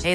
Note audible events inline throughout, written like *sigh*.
Hey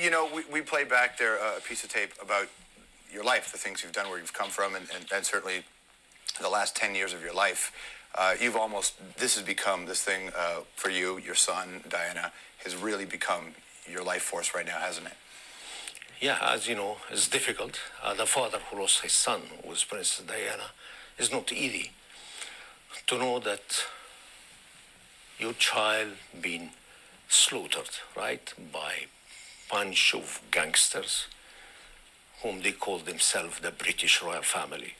You know, we, we played back there uh, a piece of tape about your life, the things you've done, where you've come from, and, and, and certainly the last 10 years of your life. Uh, you've almost, this has become this thing uh, for you, your son, Diana, has really become your life force right now, hasn't it? Yeah, as you know, it's difficult. Uh, the father who lost his son, who was Princess Diana, is not easy. To know that your child been slaughtered, right, by bunch of gangsters, whom they call themselves the British royal family.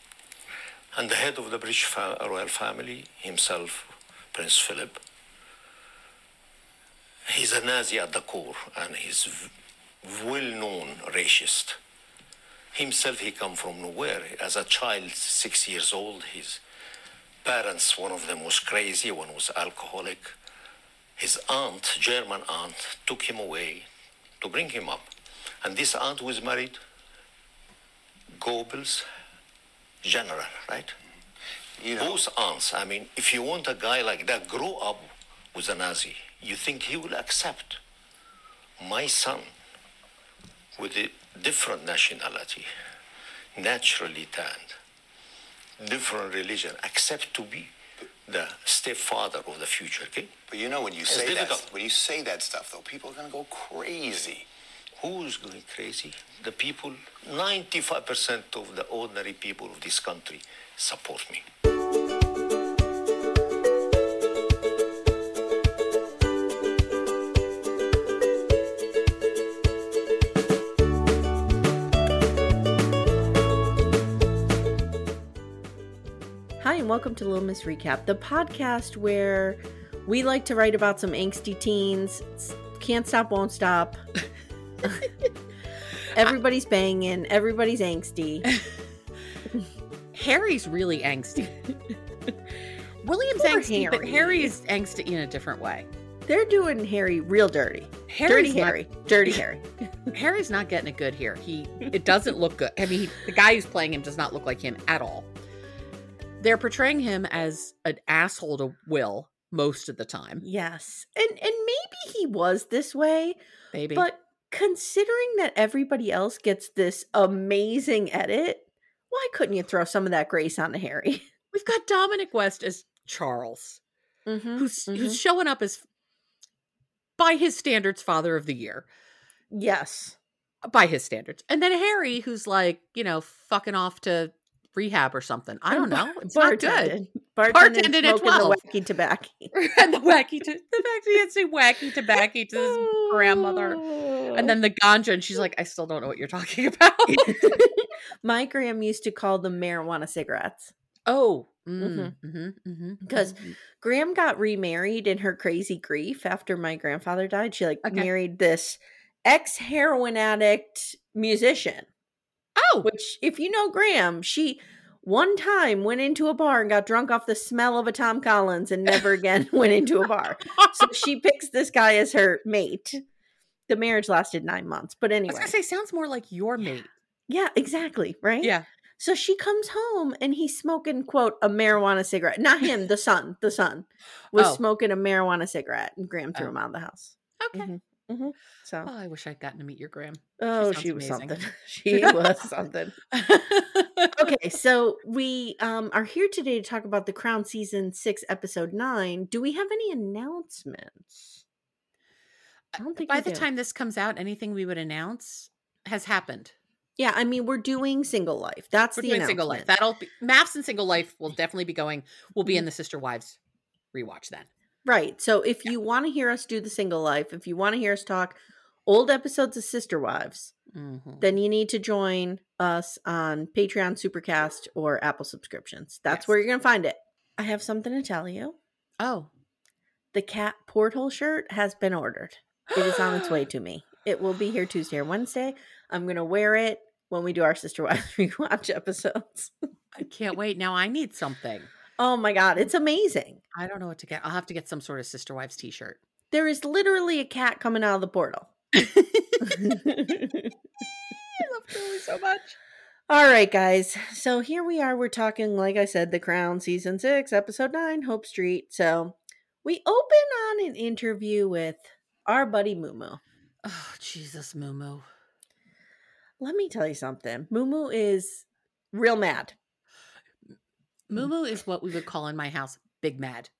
And the head of the British fa- royal family himself, Prince Philip, he's a Nazi at the core, and he's v- well-known racist. Himself, he come from nowhere. As a child, six years old, his parents, one of them was crazy, one was alcoholic. His aunt, German aunt, took him away to bring him up. And this aunt was married Goebbels general, right? You know, Both aunts. I mean, if you want a guy like that grow up with a Nazi, you think he will accept my son with a different nationality, naturally tanned, different religion, accept to be the stepfather of the future king? but you know when you It's say that, difficult. when you say that stuff though, people are gonna go crazy. Who's going crazy? The people, 95% of the ordinary people of this country support me. Hi, and welcome to Little Miss Recap, the podcast where we like to write about some angsty teens. It's Can't stop, *laughs* won't stop. everybody's banging, everybody's angsty. *laughs* Harry's really *laughs* angsty. William's Poor angsty, but Harry. Harry's angsty in a different way. They're doing Harry real dirty. Harry's dirty not- Harry. *laughs* Dirty Harry. Harry's not getting it good here. He it doesn't look good. I mean, he, the guy who's playing him does not look like him at all. They're portraying him as an asshole to Will most of the time. Yes. And and maybe he was this way, Maybe. but considering that everybody else gets this amazing edit, why couldn't you throw some of that grace onto Harry? we've got Dominic West as Charles, Mm-hmm. who's who's showing up as by his standards father of the year. Yes. By his standards. And then Harry who's like, you know, fucking off to rehab or something. I don't know. It's not good. Bartended, Bartended bartended at at 12. 12. The wacky tobacco. *laughs* and the wacky to- the fact that he had to say wacky tobacco to his grandmother and then the ganja and she's like i still don't know what you're talking *laughs* about *laughs* My gram used to call them marijuana cigarettes. oh Mhm. mm-hmm, mm-hmm. 'Cause Graham got remarried in her crazy grief after my grandfather died. She like Okay. married this ex heroin addict musician. Oh, Which, if you know Graham, she one time went into a bar and got drunk off the smell of a Tom Collins and never again *laughs* went into a bar. So she picks this guy as her mate. The marriage lasted nine months. But I was anyway. gonna say sounds more like your mate. yeah, exactly. Right? Yeah. So she comes home and he's smoking, quote, a marijuana cigarette. Not *laughs* him, the son. The son was Oh. smoking a marijuana cigarette and Graham threw Oh. him out of the house. Okay. Mhm. Mhm. So, Oh, I wish I'd gotten to meet your *laughs* Graham. oh, sounds she was amazing. *laughs* something. *laughs* She was something. okay, so we um, are here today to talk about The Crown season six, episode nine. Do we have any announcements? I don't think By we the do. time this comes out, anything we would announce has happened. yeah, I mean we're doing single life. That's We're the doing single life. announcement. That'll be maps and single life will definitely be going. We'll be in the sister wives rewatch then. right. So if you want to hear us do the single life, if you want to hear us talk old episodes of Sister Wives, Mhm. then you need to join us on Patreon, Supercast, or Apple subscriptions. That's Yes. where you're gonna find it. I have something to tell you. Oh, The cat porthole shirt has been ordered. It is on its way to me. It will be here Tuesday or Wednesday. I'm gonna wear it when we do our Sister Wives *laughs* rewatch episodes. I can't wait. Now I need something. Oh my god, it's amazing. I don't know what to get. I'll have to get some sort of sister wives *laughs* t-shirt. *laughs* There is literally a cat coming out of the portal. I love Chloe so much. All right, guys. So here we are. We're talking, like I said, The Crown, season six, episode nine, Hope Street. So we open on an interview with our buddy Mumu. Oh, Jesus, Mumu. Let me tell you something. Mumu is real mad. Mm. Mumu is what we would call in my house big mad.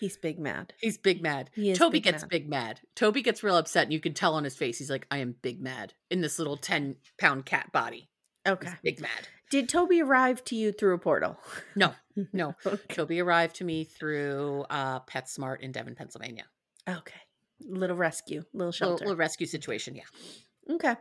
He's big mad. He's big mad. He is Toby big gets mad. big mad. Toby gets real upset, and you can tell on his face. He's like, I am big mad in this little 10 pound cat body. He's Okay. big mad. Did Toby arrive to you through a portal? No, no. *laughs* Okay. Toby arrived to me through uh, PetSmart in Devon, Pennsylvania. Okay. Little rescue, little Little, shelter. little rescue situation. Yeah. Okay.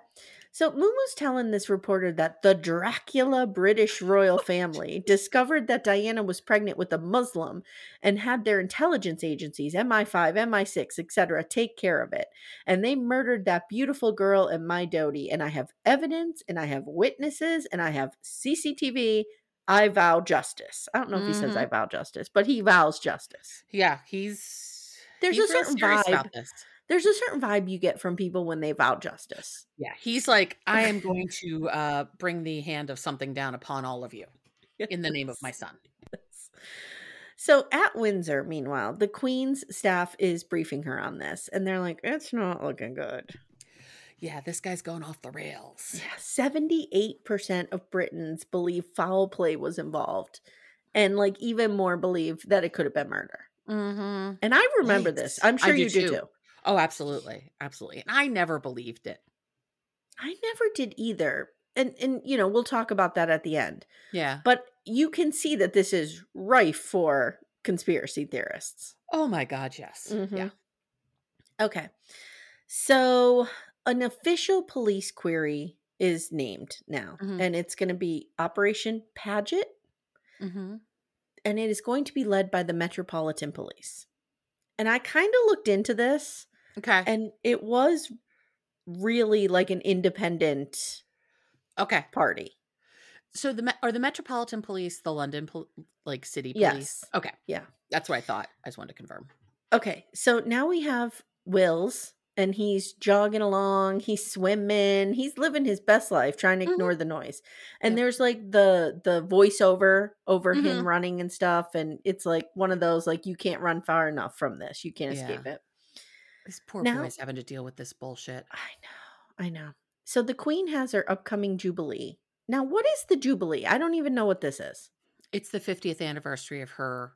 So Mumu's telling this reporter that the Dracula British royal family discovered that Diana was pregnant with a Muslim and had their intelligence agencies, MI5, MI6, etc., take care of it. And they murdered that beautiful girl and my Dodie. And I have evidence and I have witnesses and I have CCTV. I vow justice. I don't know if he says Mhm. I vow justice, but he vows justice. Yeah. He's. There's he's a real certain serious vibe. about this. There's a certain vibe you get from people when they vow justice. Yeah. He's like, I am going to uh, bring the hand of something down upon all of you in the name of my son. So at Windsor, meanwhile, the Queen's staff is briefing her on this, and they're like, it's not looking good. Yeah. This guy's going off the rails. 78% of Britons believe foul play was involved, and like even more believe that it could have been murder. Mm hmm. And I remember Yikes. this. I'm I sure do you do too. too. Oh, absolutely. Absolutely. And I never believed it. I never did either. And and you know, we'll talk about that at the end. Yeah. But you can see that this is rife for conspiracy theorists. Oh my God. Yes. Yeah. Mhm. Okay. So an official police query is named now, Mhm. and it's going to be Operation Paget, Mm-hmm. and it is going to be led by the Metropolitan Police. And I kind of looked into this, Okay. and it was really like an independent okay. party. So the me- are the Metropolitan Police the London pol- like city police? Yes. Okay. Yeah. That's what I thought. I just wanted to confirm. Okay, so now we have Wills, and he's jogging along, he's swimming, he's living his best life, trying to Mhm. ignore the noise. And Yeah. there's like the the voiceover over Mhm. him running and stuff, and it's like one of those like you can't run far enough from this, you can't escape it. These poor Now- boys having to deal with this bullshit. I know, I know. So the Queen has her upcoming Jubilee. Now, what is the Jubilee? I don't even know what this is. It's the 50th anniversary of her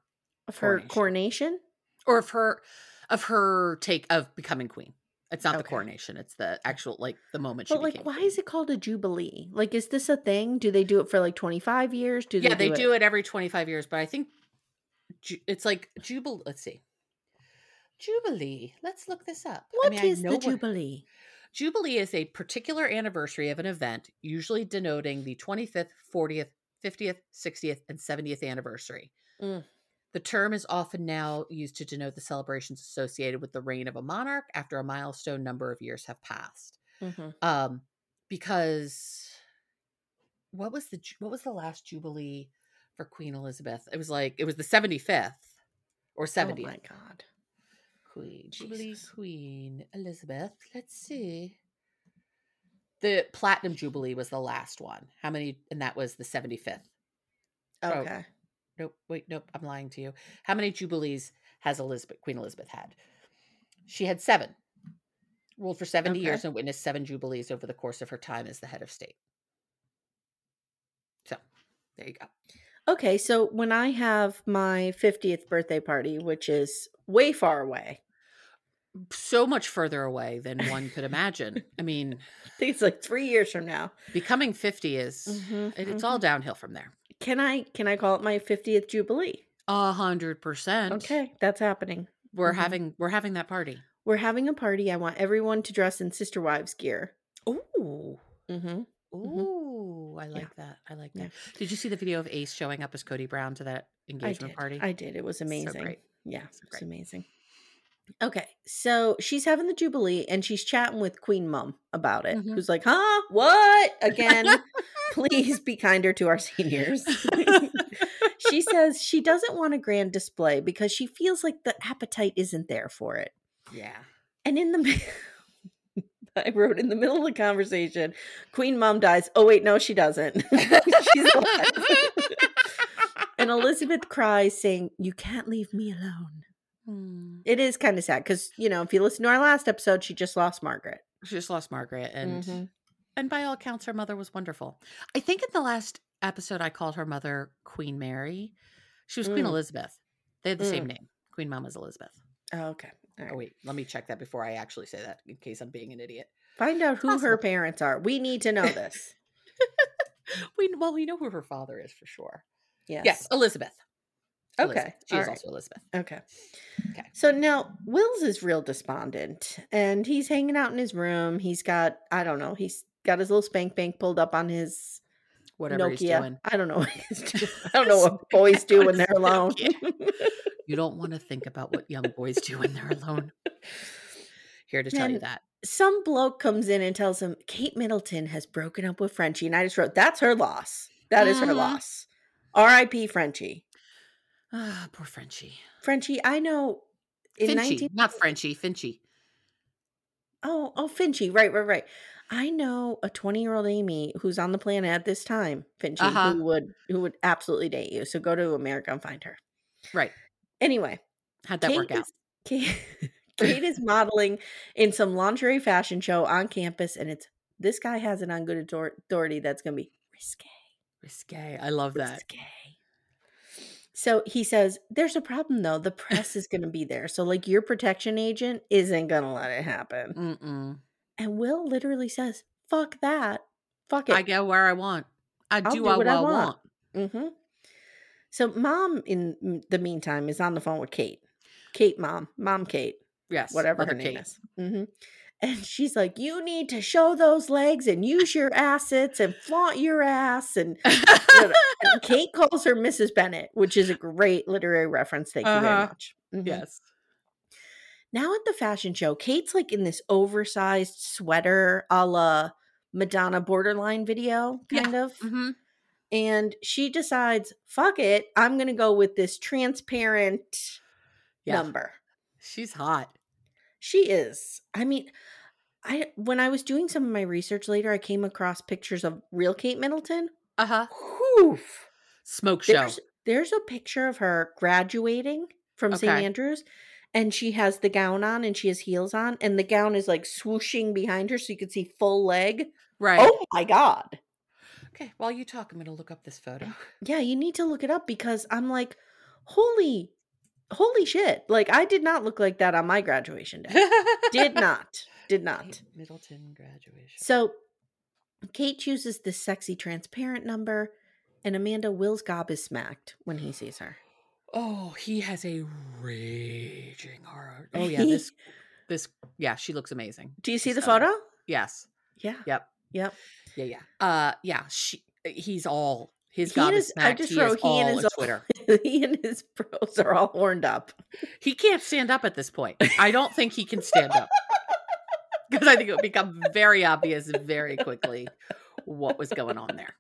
Of her Coronation. coronation? or of her of her take of becoming queen. It's not the Okay. coronation. It's the actual like the moment she But like, became why queen. is it called a Jubilee? Like, is this a thing? Do they do it for like 25 years? Do yeah, they they do it every 25 years, but I think ju- it's like Jubilee. Let's see. Jubilee. Let's look this up. I What mean, is I know the what- Jubilee? Jubilee is a particular anniversary of an event, usually denoting the 25th, 40th, 50th, 60th, and 70th anniversary. Mm. The term is often now used to denote the celebrations associated with the reign of a monarch after a milestone number of years have passed. Mm-hmm. Um, because what was the ju- what was the last jubilee for Queen Elizabeth? It was like it was the seventy fifth or Oh seventy. my god. Queen Jubilee Queen Elizabeth. Let's see. The Platinum Jubilee was the last one. How many? And that was the seventy fifth. Oh. Okay. Nope. Wait. Nope. I'm lying to you. How many jubilees has Elizabeth Queen Elizabeth had? She had seven. Ruled for seventy years Okay. and witnessed seven jubilees over the course of her time as the head of state. So, there you go. Okay, so when I have my 50th birthday party, which is way far away. *laughs* So much further away than one could imagine. I mean, I think it's like 3 years from now. becoming fifty is Mhm, it- it's all downhill from there. Can I can I call it my 50th jubilee? A hundred percent. Okay, that's happening. We're Mhm. having we're having that party. We're having a party. I want everyone to dress in sister wives gear. Ooh. Mm-hmm. Ooh. I like that. I like that. Did you see the video of Ace showing up as Cody Brown to that I engagement did. party? I did. It was amazing. great. Yeah, So it's great. amazing. Okay, so she's having the jubilee and she's chatting with Queen Mum about it. Mhm. Who's like, "Huh? What? Again? *laughs* Please be kinder to our seniors." *laughs* she says she doesn't want a grand display because she feels like the appetite isn't there for it. yeah. And in the mi- *laughs* I wrote in the middle of the conversation, Queen Mom dies. Oh wait, no, she doesn't. *laughs* She's alive. and Elizabeth cries, saying, "You can't leave me alone." Hmm. It is kind of sad because you know if you listen to our last episode, she just lost Margaret. She just lost Margaret and Mhm. and by all accounts her mother was wonderful. I think in the last episode I called her mother Queen Mary. She was Queen Mm. Elizabeth. They had the same Mm. name. Queen Mom was Elizabeth. Oh, okay, Oh All right. wait, let me check that before I actually say that in case I'm being an idiot. find out who her Possible. parents are. We need to know this. We well, we know who her father is for sure. Yes. Yes, Elizabeth. Okay, Elizabeth. She all is right. also Elizabeth. Okay. Okay. So now Wills is real despondent and he's hanging out in his room. He's got, I don't know, he's got his little spank bank pulled up on his Whatever Nokia. he's doing. I don't know. what *laughs* he's doing. I don't know what boys do when they're alone. *laughs* You don't want to think about what young boys do when they're alone. Here to tell you And- that. Some bloke comes in and tells him Kate Middleton has broken up with Frenchie. And I just wrote, that's her loss. That is her Mhm. loss. R.I.P. Frenchie. Ah, poor Frenchie. Frenchie, I know in Finchy, 19 not Frenchie, Finchy. Oh, oh, Finchy, right, right, right. I know a twenty-year-old Amy who's on the planet at this time, Finchy, Uh-huh. who would who would absolutely date you. So go to America and find her. Right. Anyway, How'd that work out? is- *laughs* Kate, *laughs* Kate is modeling in some lingerie fashion show on campus, and it's this guy has it on good author- authority that's going to be risque, Risque. I love that. risque. So he says, "There's a problem though. The press is going to be there, so like your protection agent isn't going to let it happen." Mm. Mm-mm. And Will literally says, fuck that. Fuck it. I go where I want. I do, I'll do I, what I I want. want. hmm So, mom, in m- the meantime, is on the phone with Kate. Kate, mom, mom, Kate, Yes. whatever Mother her name Kate. is. hmm And she's like, you need to show those legs and use your assets and flaunt your ass. And, *laughs* and Kate calls her Mrs. Bennett, which is a great literary reference. Thank you very Uh-huh. much. Mhm. yes. Now at the fashion show, Kate's like in this oversized sweater a la Madonna borderline video, Yeah. kind of. Mm-hmm. And she decides, fuck it, I'm going to go with this transparent Yeah. number. She's hot. She is. I mean, I when I was doing some of my research later, I came across pictures of real Kate Middleton. Uh-huh. Whew. Smoke show. There's, there's a picture of her graduating from St. Okay. Andrews, and she has the gown on and she has heels on, and the gown is like swooshing behind her so you can see full leg. right. Oh my God. Okay. While you talk, I'm gonna look up this photo. Yeah, you need to look it up because I'm like, holy, holy shit. Like, I did not look like that on my graduation day. *laughs* *laughs* did not. Did not. *laughs* Middleton graduation. So Kate chooses this sexy, transparent number, and Amanda Will's gob is smacked when he sees her. Oh, he has a raging heart. Oh *laughs* yeah, this this yeah, she looks amazing. Do you see She's the stunning. photo? Yes. Yeah. Yep. Yep. Yeah, yeah. Uh yeah, she uh, he's all He's He got and his his- I smacked. just He wrote is he and all his a all- *laughs* Twitter. he and his bros are all horned up. He can't stand up at this point. I don't think he can stand up *laughs* because I think it would become very obvious very quickly what was going on *laughs* there.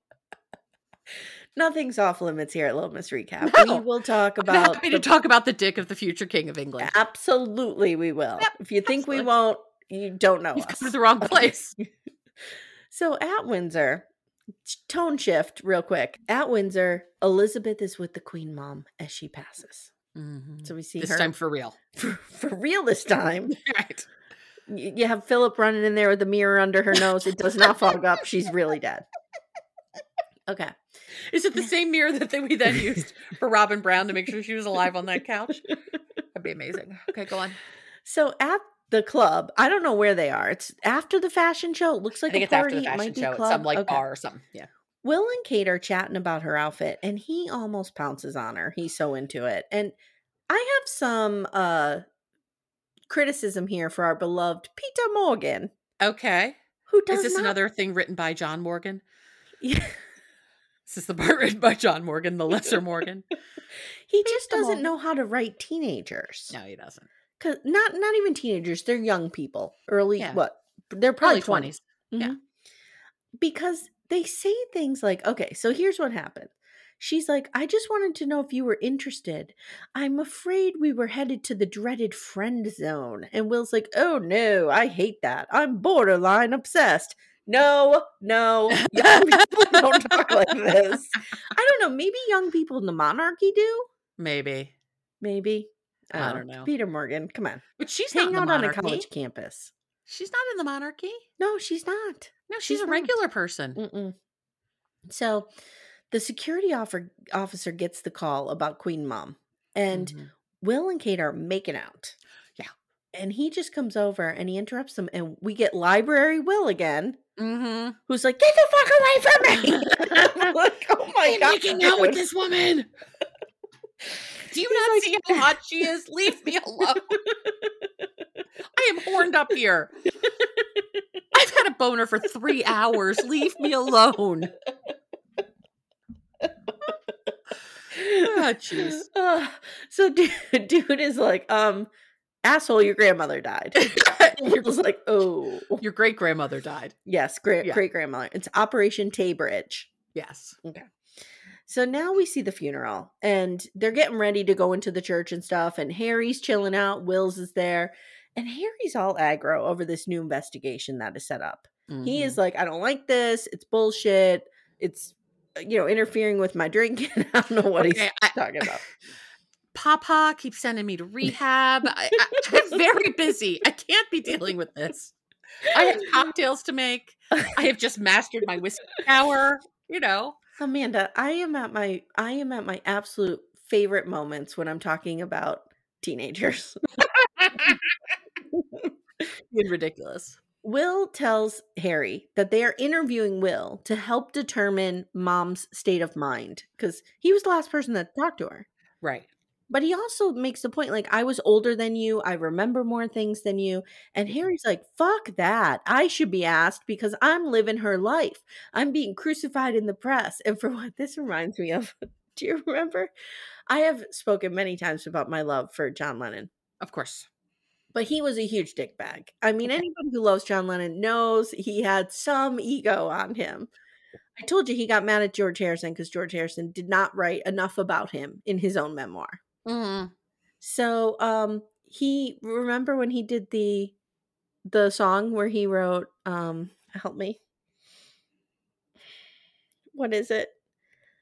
Nothing's off limits here at Little Miss Recap. No. We will talk I'm about happy the- to talk about the dick of the future king of England. Absolutely, we will. Yep, if you think absolutely. we won't, you don't know You've us. come to the wrong *laughs* place. So at Windsor, t- tone shift real quick. At Windsor, Elizabeth is with the Queen Mom as she passes. Mhm. So we see This her time for real. *laughs* for, for real this time. Right. Y- You have Philip running in there with a mirror under her nose. It does not fog up. She's really *laughs* dead. Okay. Is it the same mirror that they- we then used for Robin Brown to make sure she was alive on that *laughs* couch? That'd be amazing. Okay, go on. So at the club, I don't know where they are. It's after the fashion show. It looks I like think a it's after party. the it fashion might be show at club. some like Okay. bar or something. Yeah. Will and Kate are chatting about her outfit, and he almost pounces on her. He's so into it. And I have some uh criticism here for our beloved Peter Morgan, Okay. who does Is this not- *laughs* another thing written by John Morgan? he Is this the *laughs* part written by John Morgan, the lesser Morgan? just Peter doesn't Morgan. know how to write teenagers. *laughs* No, he doesn't. 'Cause- not not even teenagers, they're young people. Early Yeah. what? They're Probably probably 20s. twenties. Yeah. Mhm. Because they say things like, okay, so here's what happened. She's like, I just wanted to know if you were interested. I'm afraid we were headed to the dreaded friend zone. And Will's like, oh no, I hate that. I'm borderline obsessed. No, *laughs* no, *laughs* young people don't talk like this. I don't know. Maybe young people in the monarchy do. Maybe. Maybe. I don't know. Peter Morgan, come on. But she's Hang not in out the on a monarchy. college campus. She's not in the monarchy. No, she's not. No, she's, She's a not. Mm-hmm. regular person. Mm-mm. So the security offer- officer gets the call about Queen Mom, and Mhm. Will and Kate are making out. Yeah. And he just comes over and he interrupts them, and we get Library Will again, Mhm. who's like, Get the fuck away from me! *laughs* I'm like, *laughs* oh my I'm God. making out with dude." this *laughs* woman. Do you not see how hot she is? Leave *laughs* me alone. I am horned up *laughs* here. I've had a boner for three hours. Leave me alone. Ah, jeez. Ugh. so dude, *laughs* dude is like, um, asshole, your *laughs* grandmother died. *laughs* Will's like, oh, Your great grandmother died. yes, great Yeah. great grandmother. It's Operation Taybridge. Yes. So now we see the funeral, and they're getting ready to go into the church and stuff. And Harry's chilling out, Wills is there, and Harry's all aggro over this new investigation that is set up. He Mm-hmm. is like, I don't like this. It's bullshit. It's, uh, you know, interfering with my drinking. *laughs* I don't know what he's Okay, I- talking about. Papa keeps sending me to rehab. I, I, I'm very busy. I can't be dealing with this. *laughs* I have cocktails to make. I have just mastered my whiskey hour. You know, Amanda, I am at my I am at my absolute favorite moments when I'm talking about teenagers. *laughs* being ridiculous. Will tells Harry that they are interviewing Will to help determine mom's state of mind because he was the last person that talked to her. Right. But he also makes the point like, I was older than you. I remember more things than you. And Harry's like, fuck that. I should be asked because I'm living her life. I'm being crucified in the press. And for what this reminds me of, *laughs* do you remember? I have spoken many times about my love for John Lennon Of course. but he was a huge dick bag. I mean, anybody who loves John Lennon knows he had some ego on him. I told you he got mad at George Harrison because George Harrison did not write enough about him in his own memoir. So, um, he remember when he did the the song where he wrote, um, help me. What is it?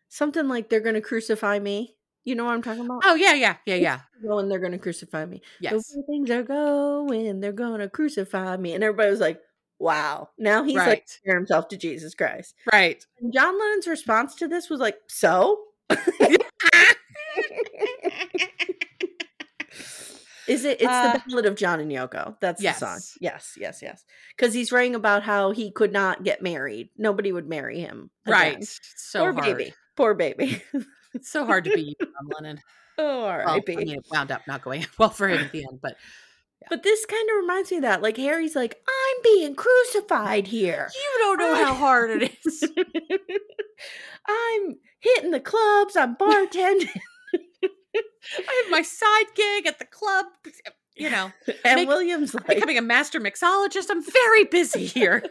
Something like they're going to crucify me. You know what I'm talking about? Oh yeah, yeah, yeah, yeah. Going, they're going to crucify me. Yes. The way things are going, they're gonna crucify me. And everybody was like, Wow. Now he's like Right. comparing himself to Jesus Christ. Right. And John Lennon's response to this was like, So? *laughs* Is it it's Uh, the ballad of John and Yoko. That's the song. yes. Yes, yes, yes. Because he's writing about how he could not get married. Nobody would marry him. again. Right. So Poor hard. baby. Poor baby. *laughs* It's so hard to be you, John Lennon. oh, all Well, *laughs* right. I mean, it wound up not going *laughs* well for him at the end, but But this kind of reminds me of that. Like Harry's like, I'm being crucified here. you don't know how hard it is. *laughs* I'm hitting the clubs. I'm bartending. I have *laughs* my side gig at the club. You *laughs* know, *laughs* and Make- William's like, becoming a master mixologist. I'm very *laughs* busy here.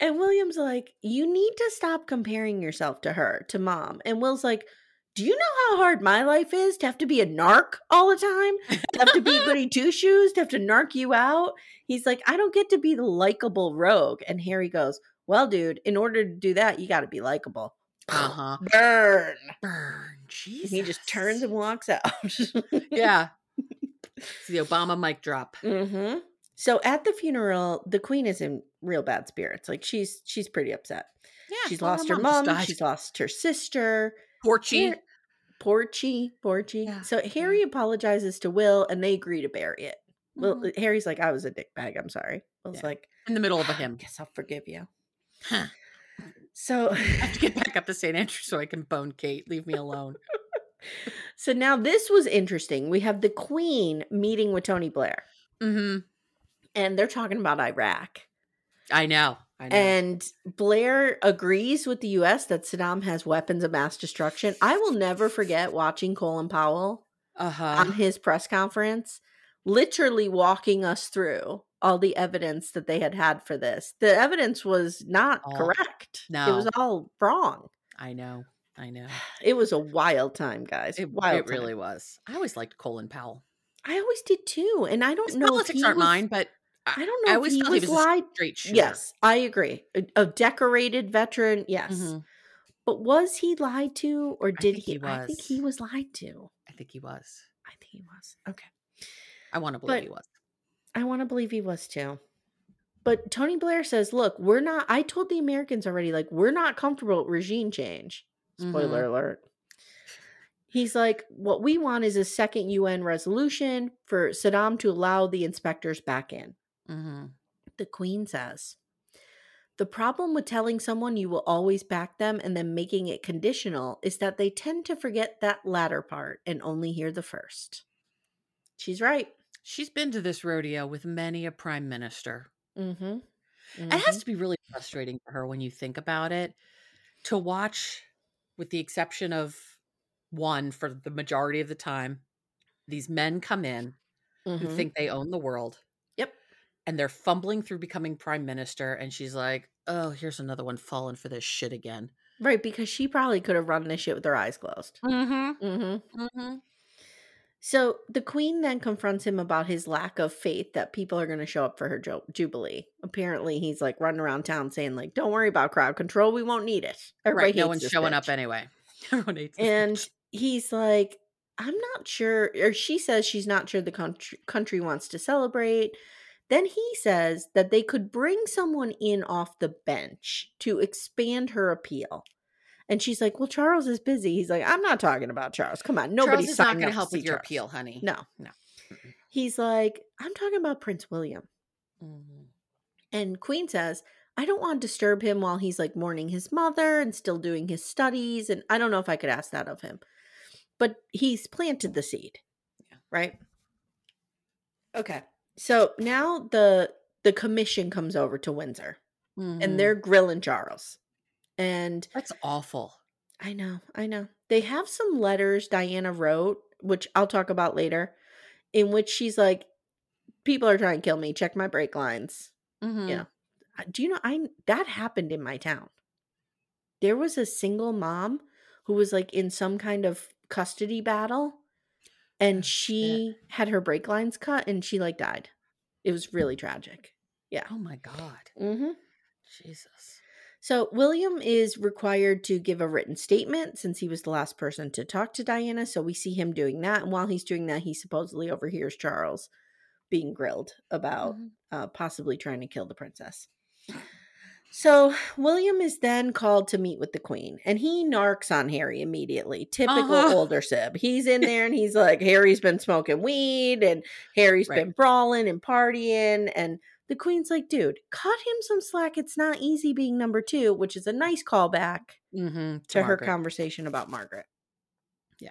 and William's like, you need to stop comparing yourself to her, to mom. And Will's like, do you know how hard my life is to have to be a narc all the time? To have to *laughs* be a goody two shoes, to have to narc you out? He's like, I don't get to be the likable rogue. And Harry goes, Well, dude, in order to do that, you got to be likable. Uh-huh. Burn. Burn. Jesus. And he just turns and walks out. *laughs* Yeah. It's *laughs* the Obama mic drop. Mm-hmm. So at the funeral, the queen is in real bad spirits. Like she's she's pretty upset. Yeah. she's well, lost her just mom. died. She's lost her sister. Porchy. Har- Porchy, Porchy. Yeah, So Harry apologizes to Will, and they agree to bury it. Well, uh, Mhm. Harry's like, "I was a dickbag. I'm sorry." Will's Yeah. like, in the middle of a "I hymn. guess I'll forgive you." Huh. *sighs* So, I *laughs* have to get back up to St. Andrew so I can bone Kate. Leave me alone. so now this was interesting. We have the Queen meeting with Tony Blair, hmm and they're talking about Iraq. I know. I know. And Blair agrees with the US that Saddam has weapons of mass destruction. I will never forget watching Colin Powell uh-huh. on his press conference, literally walking us through all the evidence that they had had for this. The evidence was not All- correct, it no. was all wrong. I know. I *sighs* know. It was a wild time, guys. It, wild it time. really was. I always liked Colin Powell. I always did too. And I don't His know. if politics he aren't was- mine, but I, I don't know. I if always he felt was he was lied. a straight shooter. Yes, I agree. A, a decorated veteran, yes. Mhm. But was he lied to or did think he? he I think he was lied to. I think he was. I think he was. Okay. I want to believe But- he was. I want to believe he was too. But Tony Blair says, look, we're not, I told the Americans already, like, we're not comfortable with regime change. Spoiler alert. He's like, what we want is a second UN resolution for Saddam to allow the inspectors back in. Mm-hmm. The Queen says, The problem with telling someone you will always back them and then making it conditional is that they tend to forget that latter part and only hear the first. She's right. She's been to this rodeo with many a prime minister. Mm-hmm. It has to be really frustrating for her when you think about it to watch, with the exception of one for the majority of the time, these men come in who think they own the world. Mm-hmm. Yep. And they're fumbling through becoming prime minister. And she's like, oh, here's another one falling for this shit again. right because she probably could have run this shit with her eyes closed. Mm Mm-hmm. hmm. Mm hmm. So the queen then confronts him about his lack of faith that people are going to show up for her jo- jubilee. Apparently, he's like running around town saying like, "Don't worry about crowd control. We won't need it." Everybody Right. No hates one's this showing bitch." up anyway. *laughs* Everyone hates this and bitch. he's like i'm not sure or she says she's not sure the country, country wants to celebrate then he says that they could bring someone in off the bench to expand her appeal and she's like well charles is busy he's like i'm not talking about charles come on nobody's Charles is not going to help see with your Charles." appeal, honey. no No. he's like i'm talking about prince william Mhm. and Queen says, I don't want to disturb him while he's like mourning his mother and still doing his studies. And I don't know if I could ask that of him, but he's planted the seed. Yeah. Right. Okay. So now the the commission comes over to Windsor Mhm. and they're grilling Charles. And That's awful. I know, I know. They have some letters Diana wrote, which I'll talk about later, in which she's like, People are trying to kill me. Check my brake lines. Mhm. Yeah. I- do you know i that happened in my town there was a single mom who was like in some kind of custody battle and Oh, shit. she had her brake lines cut and she like died it was really tragic Oh my God. mm-hmm. Jesus. so william is required to give a written statement since he was the last person to talk to diana so we see him doing that and while he's doing that he supposedly overhears charles being grilled about Mhm. uh, possibly trying to kill the princess. So William is then called to meet with the queen, and he narcs on Harry immediately. Typical Uh-huh. older sib. He's in there and he's like, Harry's been smoking weed, and Harry's Right. been brawling and partying, and the queen's like, dude, cut him some slack. It's not easy being number two, which is a nice callback Mm-hmm. to her conversation about Margaret. Yeah.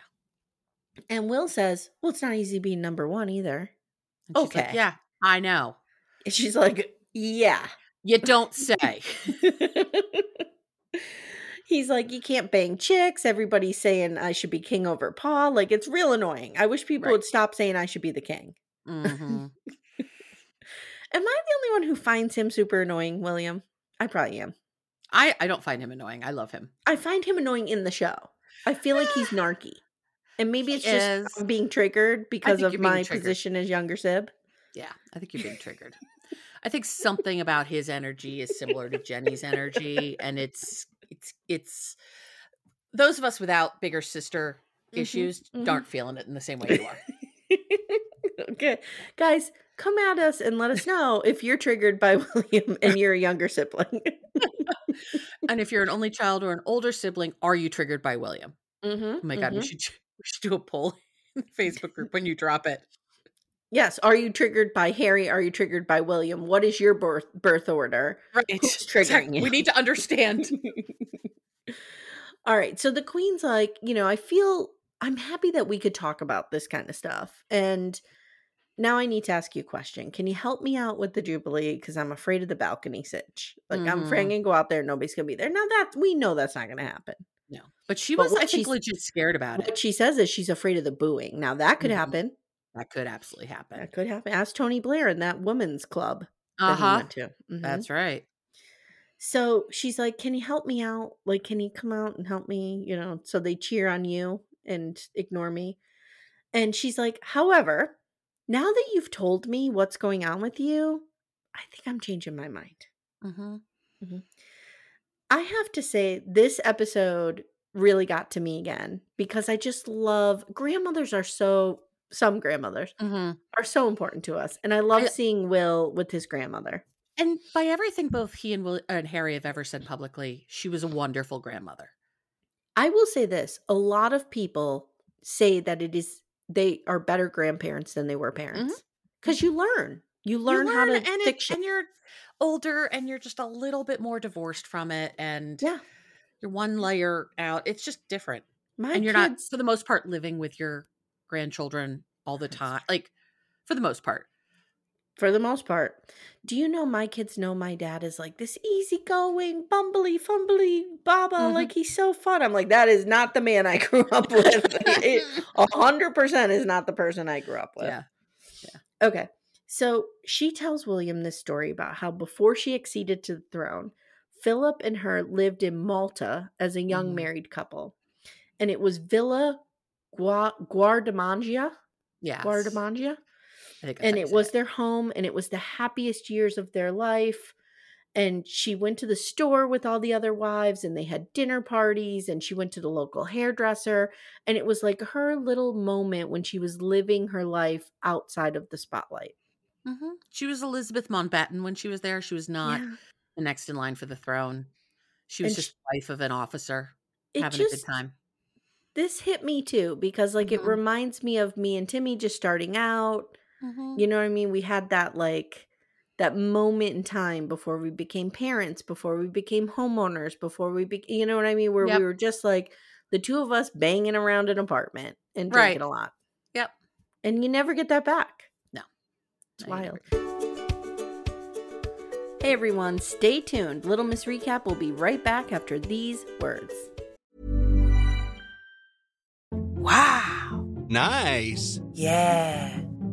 And Will says, well, it's not easy being number one either. Okay. yeah, I know. *laughs* And she's like, yeah. You don't say. *laughs* He's like, you can't bang chicks. Everybody's saying I should be king over paw. Like, it's real annoying. I wish people Right. would stop saying I should be the king. Mhm. Am I the only one who finds him super annoying, William? I probably am. *laughs* I I don't find him annoying. I love him. I find him annoying in the show. I feel like *sighs* he's narky. And maybe He it's just is. I'm being triggered because think of you're being my triggered. position as younger Sib. Yeah, I think you're being triggered. I think something about his energy is similar to Jenny's energy, and it's it's it's those of us without bigger sister Mhm, issues mhm. aren't feeling it in the same *laughs* way you are. *laughs* okay. Guys, come at us and let us know if you're triggered by *laughs* William and you're a younger sibling. and if you're an only child or an older sibling, are you triggered by William? *laughs* Mm-hmm. Oh my god, we should *laughs* we should do a poll *laughs* in the Facebook group when you drop it. Yes. Are you triggered by Harry? Are you triggered by William? What is your birth birth order? Right, Who's triggering you? We need to understand. *laughs* All right. So the queen's like, you know, I feel I'm happy that we could talk about this kind of stuff. And now I need to ask you a question. Can you help me out with the Jubilee? Because I'm afraid of the balcony sitch. Like I'm Mhm. afraid I'm gonna go out there and nobody's gonna be there. Now that we know that's not gonna happen. no, but she But was, what I think, she's- legit scared about What it. she says is she's afraid of the booing. Now that could Mhm. happen. That could absolutely happen. That could happen. Ask Tony Blair in that women's club Uh that he huh. went to. Mhm. That's right. So she's like, Can you help me out? Like, can you come out and help me? You know, so they cheer on you and ignore me. And she's like, However, now that you've told me what's going on with you, I think I'm changing my mind. Mm-hmm. I have to say, this episode really got to me again because I just love grandmothers are so, some grandmothers Mm-hmm. are so important to us. And I love I- seeing Will with his grandmother. And by everything both he and Will and Harry have ever said publicly, she was a wonderful grandmother. I will say this a lot of people say that it is they are better grandparents than they were Mm-hmm. parents because you learn you learn, how to and, fix shit. and you're older and you're just a little bit more divorced from it and yeah you're one layer out. It's just different. my and you're not kids for the most part living with your grandchildren all the time. Like for the most part. for the most part do you know my kids know my dad is like this easygoing bumbly fumbly baba Mhm. like he's so fun i'm like that is not the man i grew up *laughs* with *laughs* It- a hundred percent is not the person i grew up with yeah. Okay. So she tells William this story about how before she acceded to the throne, Philip and her lived in Malta as a young Mhm. married couple. And it was Villa Gua- Guardamangia. Yeah. Guardamangia. I think that's And how you it say was their home, and it was the happiest years of their life. And she went to the store with all the other wives, and they had dinner parties, and she went to the local hairdresser. And it was like her little moment when she was living her life outside of the spotlight. Mhm. She was Elizabeth Mountbatten when she was there. She was not Yeah. the next in line for the throne. She was And just sh- the wife of an officer it having just a good time. this hit me too because like it Mhm. reminds me of me and Timmy just starting out. Mm-hmm. You know what I mean? We had that like that moment in time before we became parents, before we became homeowners, before we be- you know what I mean where Yep. we were just like the two of us banging around an apartment and Right. drinking a lot. Yep. And you never get that back. It's No, you wild. Hey everyone, stay tuned. Little Miss Recap will be right back after these words. Nice.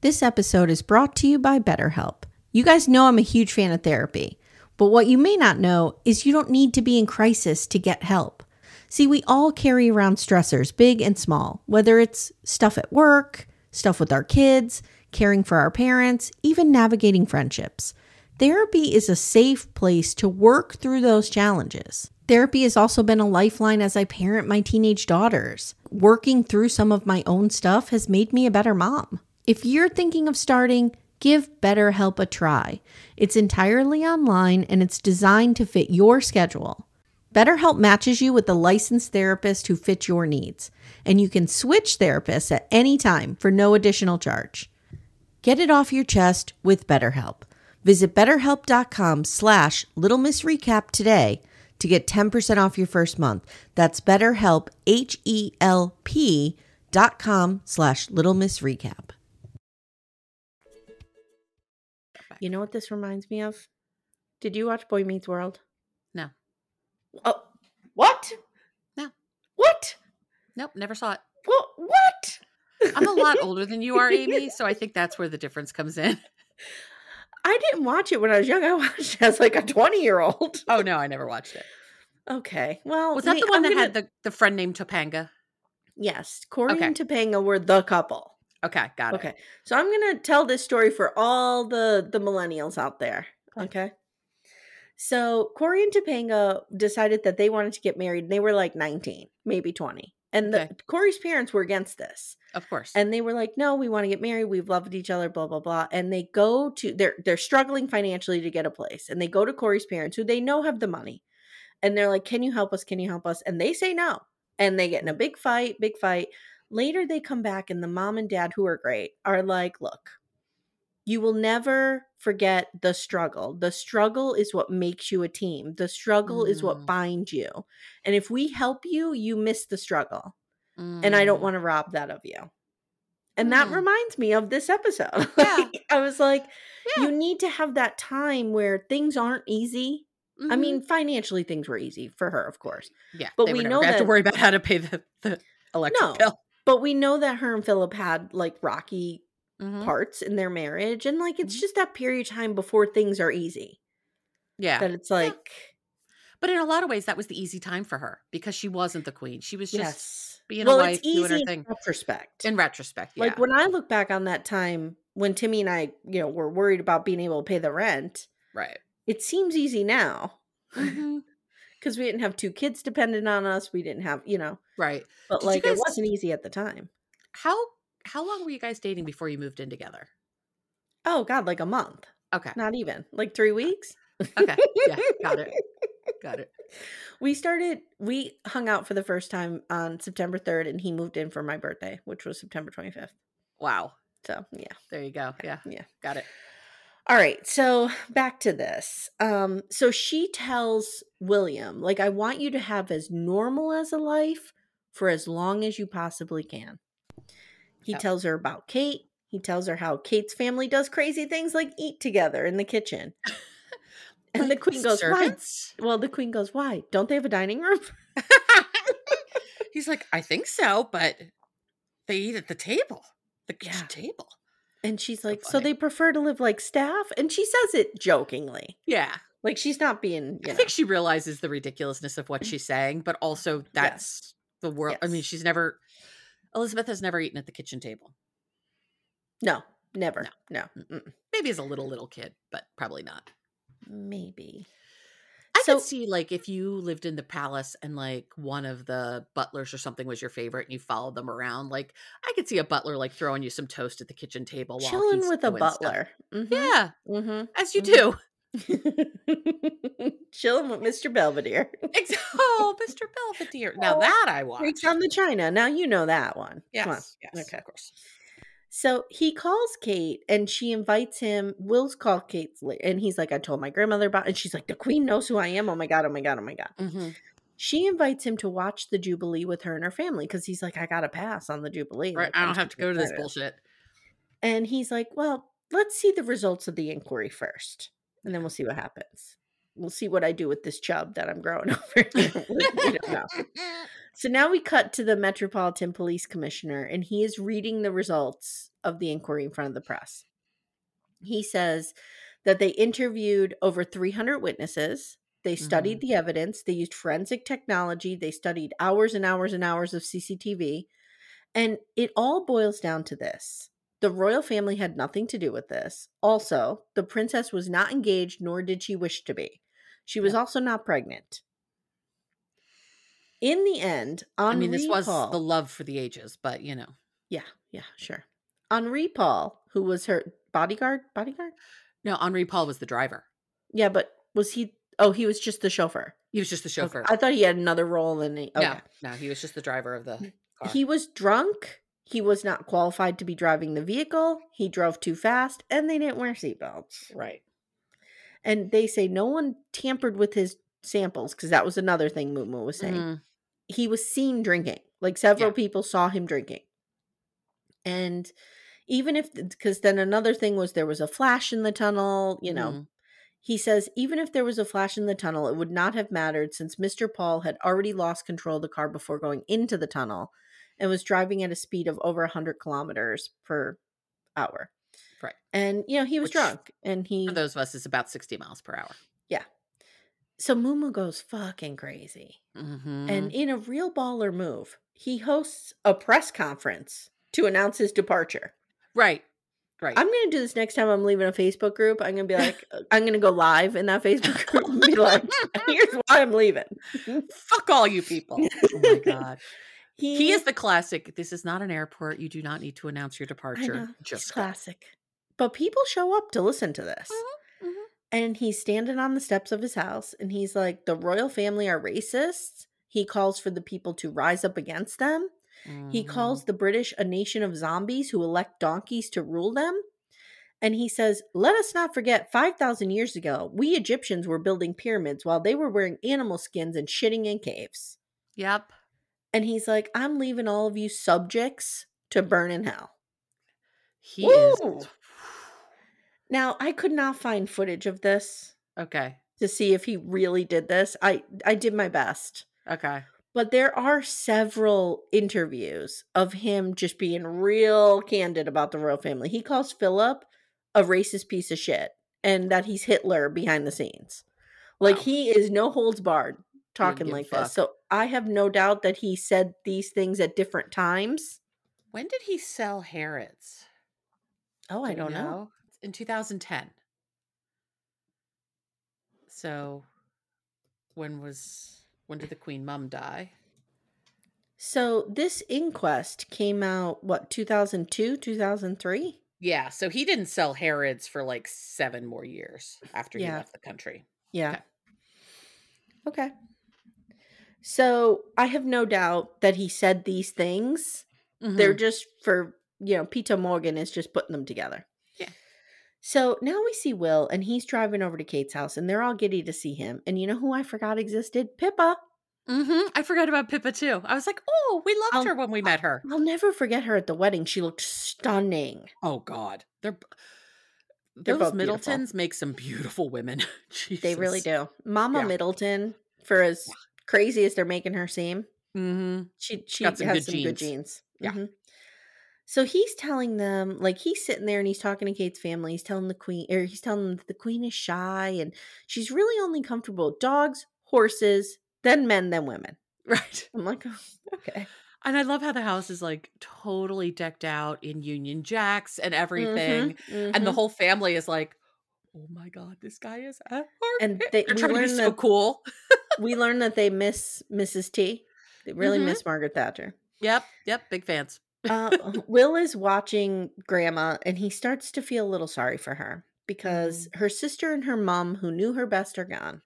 This episode is brought to you by BetterHelp. You guys know I'm a huge fan of therapy, but what you may not know is you don't need to be in crisis to get help. See, we all carry around stressors, big and small, whether it's stuff at work, stuff with our kids, caring for our parents, even navigating friendships. Therapy is a safe place to work through those challenges. Therapy has also been a lifeline as I parent my teenage daughters. Working through some of my own stuff has made me a better mom. If you're thinking of starting, give BetterHelp a try. It's entirely online and it's designed to fit your schedule. BetterHelp matches you with a licensed therapist who fits your needs, and you can switch therapists at any time for no additional charge. Get it off your chest with BetterHelp. Visit betterhelp.com slash littlemissrecap today to get 10% off your first month. That's betterhelp, H-E-L-P dot com slash littlemissrecap. You know what this reminds me of? Did you watch Boy Meets World? No. Oh, what? No. What? Nope, never saw it. What? What? I'm a lot older than *laughs* you are, Amy, so I think that's where the difference comes in. *laughs* I didn't watch it when I was young. I *laughs* watched it as like a 20 year old. Oh no, I never watched it. *laughs* Okay. Well, Was that me- the one I'm that gonna- had the, the friend named Topanga? Yes. Corey Okay. and Topanga were the couple. Okay, got it. Okay. So I'm going to tell this story for all the the millennials out there. Okay. So Corey and Topanga decided that they wanted to get married. and They were like 19, maybe 20. And the, Okay. Corey's parents were against this. Of course. And they were like, "No, we want to get married. We've loved each other, blah blah blah." And they go to they're they're struggling financially to get a place, and they go to Corey's parents, who they know have the money, and they're like, "Can you help us? Can you help us?" And they say no, and they get in a big fight, big fight. Later, they come back, and the mom and dad, who are great, are like, "Look, you will never forget the struggle. The struggle is what makes you a team. The struggle is Mm. what binds you. And if we help you, you miss the struggle." and I don't Mm. want to rob that of you. And that Mm. reminds me of this episode. *laughs* Yeah. Like, I was like, Yeah. you need to have that time where things aren't easy. I Mhm. mean, financially, things were easy for her, of course. yeah, but they we were never know gonna have to *laughs* that- worry about how to pay the, the electric No. bill. But we know that her and Philip had like rocky Mhm. parts in their marriage. And like, it's Mhm. just that period of time before things are easy Yeah, that it's like, but in a lot of ways, that was the easy time for her because she wasn't the queen. She was just yes. being a well, wife, it's doing her easy in thing. retrospect. in retrospect. Yeah, Like when I look back on that time when Timmy and I, you know, were worried about being able to pay the rent, *laughs* right. it seems easy now. Mm-hmm. Mhm. because we didn't have two kids dependent on us. We didn't have, you know, Right. but Did you like guys- it wasn't easy at the time. How how long were you guys dating before you moved in together? Oh God, like a month, Okay. not even like three weeks. Okay. Yeah. Got *laughs* it. Got it. We started, we hung out for the first time on September 3rd and he moved in for my birthday, which was September 25th. Wow. So yeah. There you go. Yeah. Yeah. Got it. All right, so back to this. Um, so she tells William, like, I want you to have as normal as a life for as long as you possibly can. He Yep. tells her about Kate. He tells her how Kate's family does crazy things like eat together in *laughs* the kitchen. And the Like, queen goes, Why? servants? *laughs* Well, the queen goes, Why? Don't they have a dining room? *laughs* He's like, I think so, but they eat at the table, the kitchen Yeah. table. And she's like, So funny. they prefer to live like staff? And she says it jokingly. Yeah. Like she's not being, you I think know, she realizes the ridiculousness of what she's saying, but also that's the world. I mean, Mm-hmm. Yes. she's never, Elizabeth has never eaten at the kitchen table. no, never, no, mm-mm, Maybe as a little, little kid, but probably not. maybe. I So- could see like if you lived in the palace and like one of the butlers or something was your favorite and you followed them around, like I could see a butler like throwing you some toast at the kitchen table while chilling he's with a doing stuff. butler. Mhm, Yeah, mhm. as you Mhm. do. *laughs* Mm-hmm. *laughs* chilling with *laughs* Mr. Belvedere. Ex- oh, Mr. Belvedere. Now Oh, that I watch. Freaks on the China. Now you know that one. Yes, Come on. yes, Okay. of course. So he calls Kate and she invites him. Will's called Kate's la- and he's like, I told my grandmother about and she's like, The Queen knows who I am. Oh my god, oh my god, oh my god. Mhm. She invites him to watch the Jubilee with her and her family because he's like, I gotta pass on the Jubilee. Right, Like, I I'm don't have to super go to this excited." bullshit. And he's like, Well, let's see the results of the inquiry first. And then we'll see what happens. We'll see what I do with this chub that I'm growing *laughs* over here. we we don't know. So now we cut to the Metropolitan Police Commissioner, and he is reading the results of the inquiry in front of the press. He says that they interviewed over 300 witnesses. They studied the evidence. They used forensic technology. They studied hours and hours and hours of CCTV. And it all boils down to this the royal family had nothing to do with this. Also, the princess was not engaged, nor did she wish to be. She was also not pregnant. In the end, on I mean, this was recall- the love for the ages, but you know, yeah, yeah, sure. Henri Paul, who was her bodyguard, bodyguard. no, Henri Paul was the driver. Yeah, but was he? Oh, he was just the chauffeur. He was just the chauffeur. I thought he had another role in the. Okay. No, no, he was just the driver of the car. He was drunk. He was not qualified to be driving the vehicle. He drove too fast, and they didn't wear seatbelts. right. And they say no one tampered with his samples because that was another thing Mumu was saying. Mhm. He was seen drinking. Like several Yeah. people saw him drinking. And even if, because then another thing was there was a flash in the tunnel, you know, Mhm. He says, even if there was a flash in the tunnel, it would not have mattered since Mr. Paul had already lost control of the car before going into the tunnel and was driving at a speed of over 100 kilometers per hour. Right. And, you know, he was Which- drunk and he. For those of us, it's about 60 miles per hour. so Mumu goes fucking crazy. Mm-hmm. And in a real baller move, he hosts a press conference to announce his departure. right, right. I'm going to do this next time I'm leaving a Facebook group. I'm going to be *laughs* like, I'm going to go live in that Facebook group and be like, *laughs* here's why I'm leaving. Fuck all you people. oh my *laughs* God. He, He is the classic. This is not an airport. You do not need to announce your I know, departure. he's Just go. classic. But people show up to listen to this. Mhm, mhm. And he's standing on the steps of his house and he's like, the royal family are racists. He calls for the people to rise up against them. He Mhm. calls the British a nation of zombies who elect donkeys to rule them. And he says, Let us not forget, 5,000 years ago, we Egyptians were building pyramids while they were wearing animal skins and shitting in caves. Yep. And he's like, I'm leaving all of you subjects to burn in hell. He Woo! is. Now, I could not find footage of this Okay. to see if he really did this. I I did my best. Okay. But there are several interviews of him just being real candid about the royal family. He calls Philip a racist piece of shit and that he's Hitler behind the scenes. Like Wow. he is no holds barred talking give a like fuck. this. So I have no doubt that he said these things at different times. When did he sell Harrods? Oh, Do I we don't know. In 2010. So, when was when did the Queen Mum die? So this inquest came out what 2002, 2003? Yeah. So he didn't sell Harrods for like seven more years after he Yeah. left the country. Yeah. Okay. So I have no doubt that he said these things. They're Mhm. just for, you know, Peter Morgan is just putting them together. Yeah. So now we see Will and he's driving over to Kate's house and they're all giddy to see him. And you know who I forgot existed? Pippa. Mhm. I forgot about Pippa too. I was like, oh, we loved I'll- her when we met her. I'll never forget her at the wedding. She looked stunning. *laughs* Oh God, they're, b- They're those both beautiful. Middletons make some beautiful women. *laughs* They really do. Mama Yeah. Middleton, for as crazy as they're making her seem, Mm-hmm. *laughs* she she got some has good some good genes. genes. Yeah. Mhm. So he's telling them, like he's sitting there and he's talking to Kate's family. He's telling the queen, or he's telling them that the queen is shy and she's really only comfortable with dogs, horses, then men, then women. Right, I'm like, *laughs* "Oh, okay, and I love how the house is like totally decked out in Union Jacks and everything, Mhm, and the mhm. whole family is like, "Oh my God, this guy is at our And pit." they- *laughs* they're we trying to be learned so that- cool." we learn that they miss Mrs. T. They really Mhm. miss Margaret Thatcher. Yep, yep, big fans. uh, Will is watching Grandma and he starts to feel a little sorry for her because her sister and her mom, who knew her best, are gone.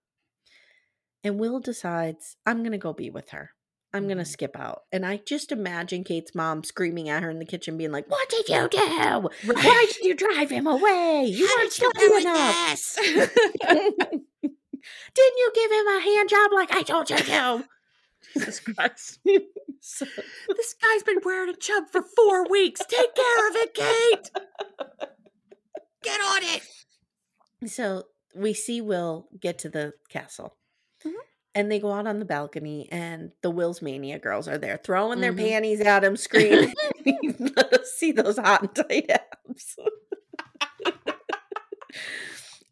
And Will decides, I'm going to go be with her. I'm going to Mhm. skip out. And I just imagine Kate's mom screaming at her in the kitchen, being like, What did you do? Why did you drive him away? You weren't still enough. *laughs* Didn't you give him a hand job like I told you to? Jesus Christ. So- this guy's been wearing a chub for four weeks. Take care of it, Kate. Get on it. So we see Will get to the castle. Mhm. And they go out on the balcony, and the Will's Mania girls are there throwing their Mhm. panties at *laughs* him, screaming, *laughs* Let us see those hot and tight abs. *laughs*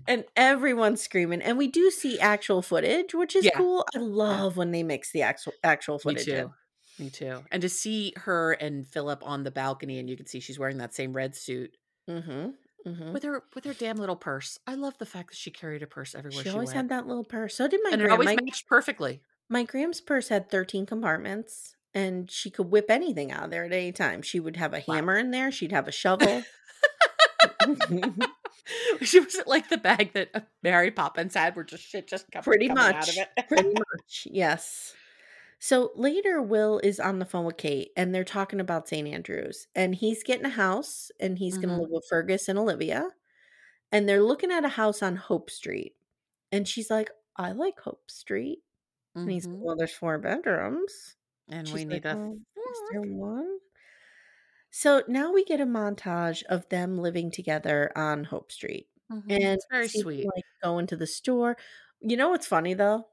and everyone's screaming. And we do see actual footage, which is Yeah. cool. I love when they mix the actual actual Me footage. in. too. Me too. And to see her and Philip on the balcony, and you can see she's wearing that same red suit Mm-hmm. Mm-hmm. with her with her damn little purse. I love the fact that she carried a purse everywhere She she, always had went, that little purse. So did my and it grandma. always My- matched perfectly. My Graham's purse had 13 compartments and she could whip anything out of *laughs* there at any time. She would have a hammer in there, she'd have a shovel. *laughs* She was it like the bag that uh, Mary Poppins had, where just shit just kept Pretty coming out much. of it. *laughs* Pretty much, yes. So later, Will is on the phone with Kate and they're talking about St. Andrews. And he's getting a house and he's going Mhm. to live with Fergus and Olivia. And they're looking at a house on Hope Street. And she's like, I like Hope Street. And he's like, Mhm. Well, there's four bedrooms. and She's we need like, a "Well, Is there fourth." one? So now we get a montage of them living together on Hope Street. Mhm. And it's very seeing, sweet. Like going to the store. You know what's funny though?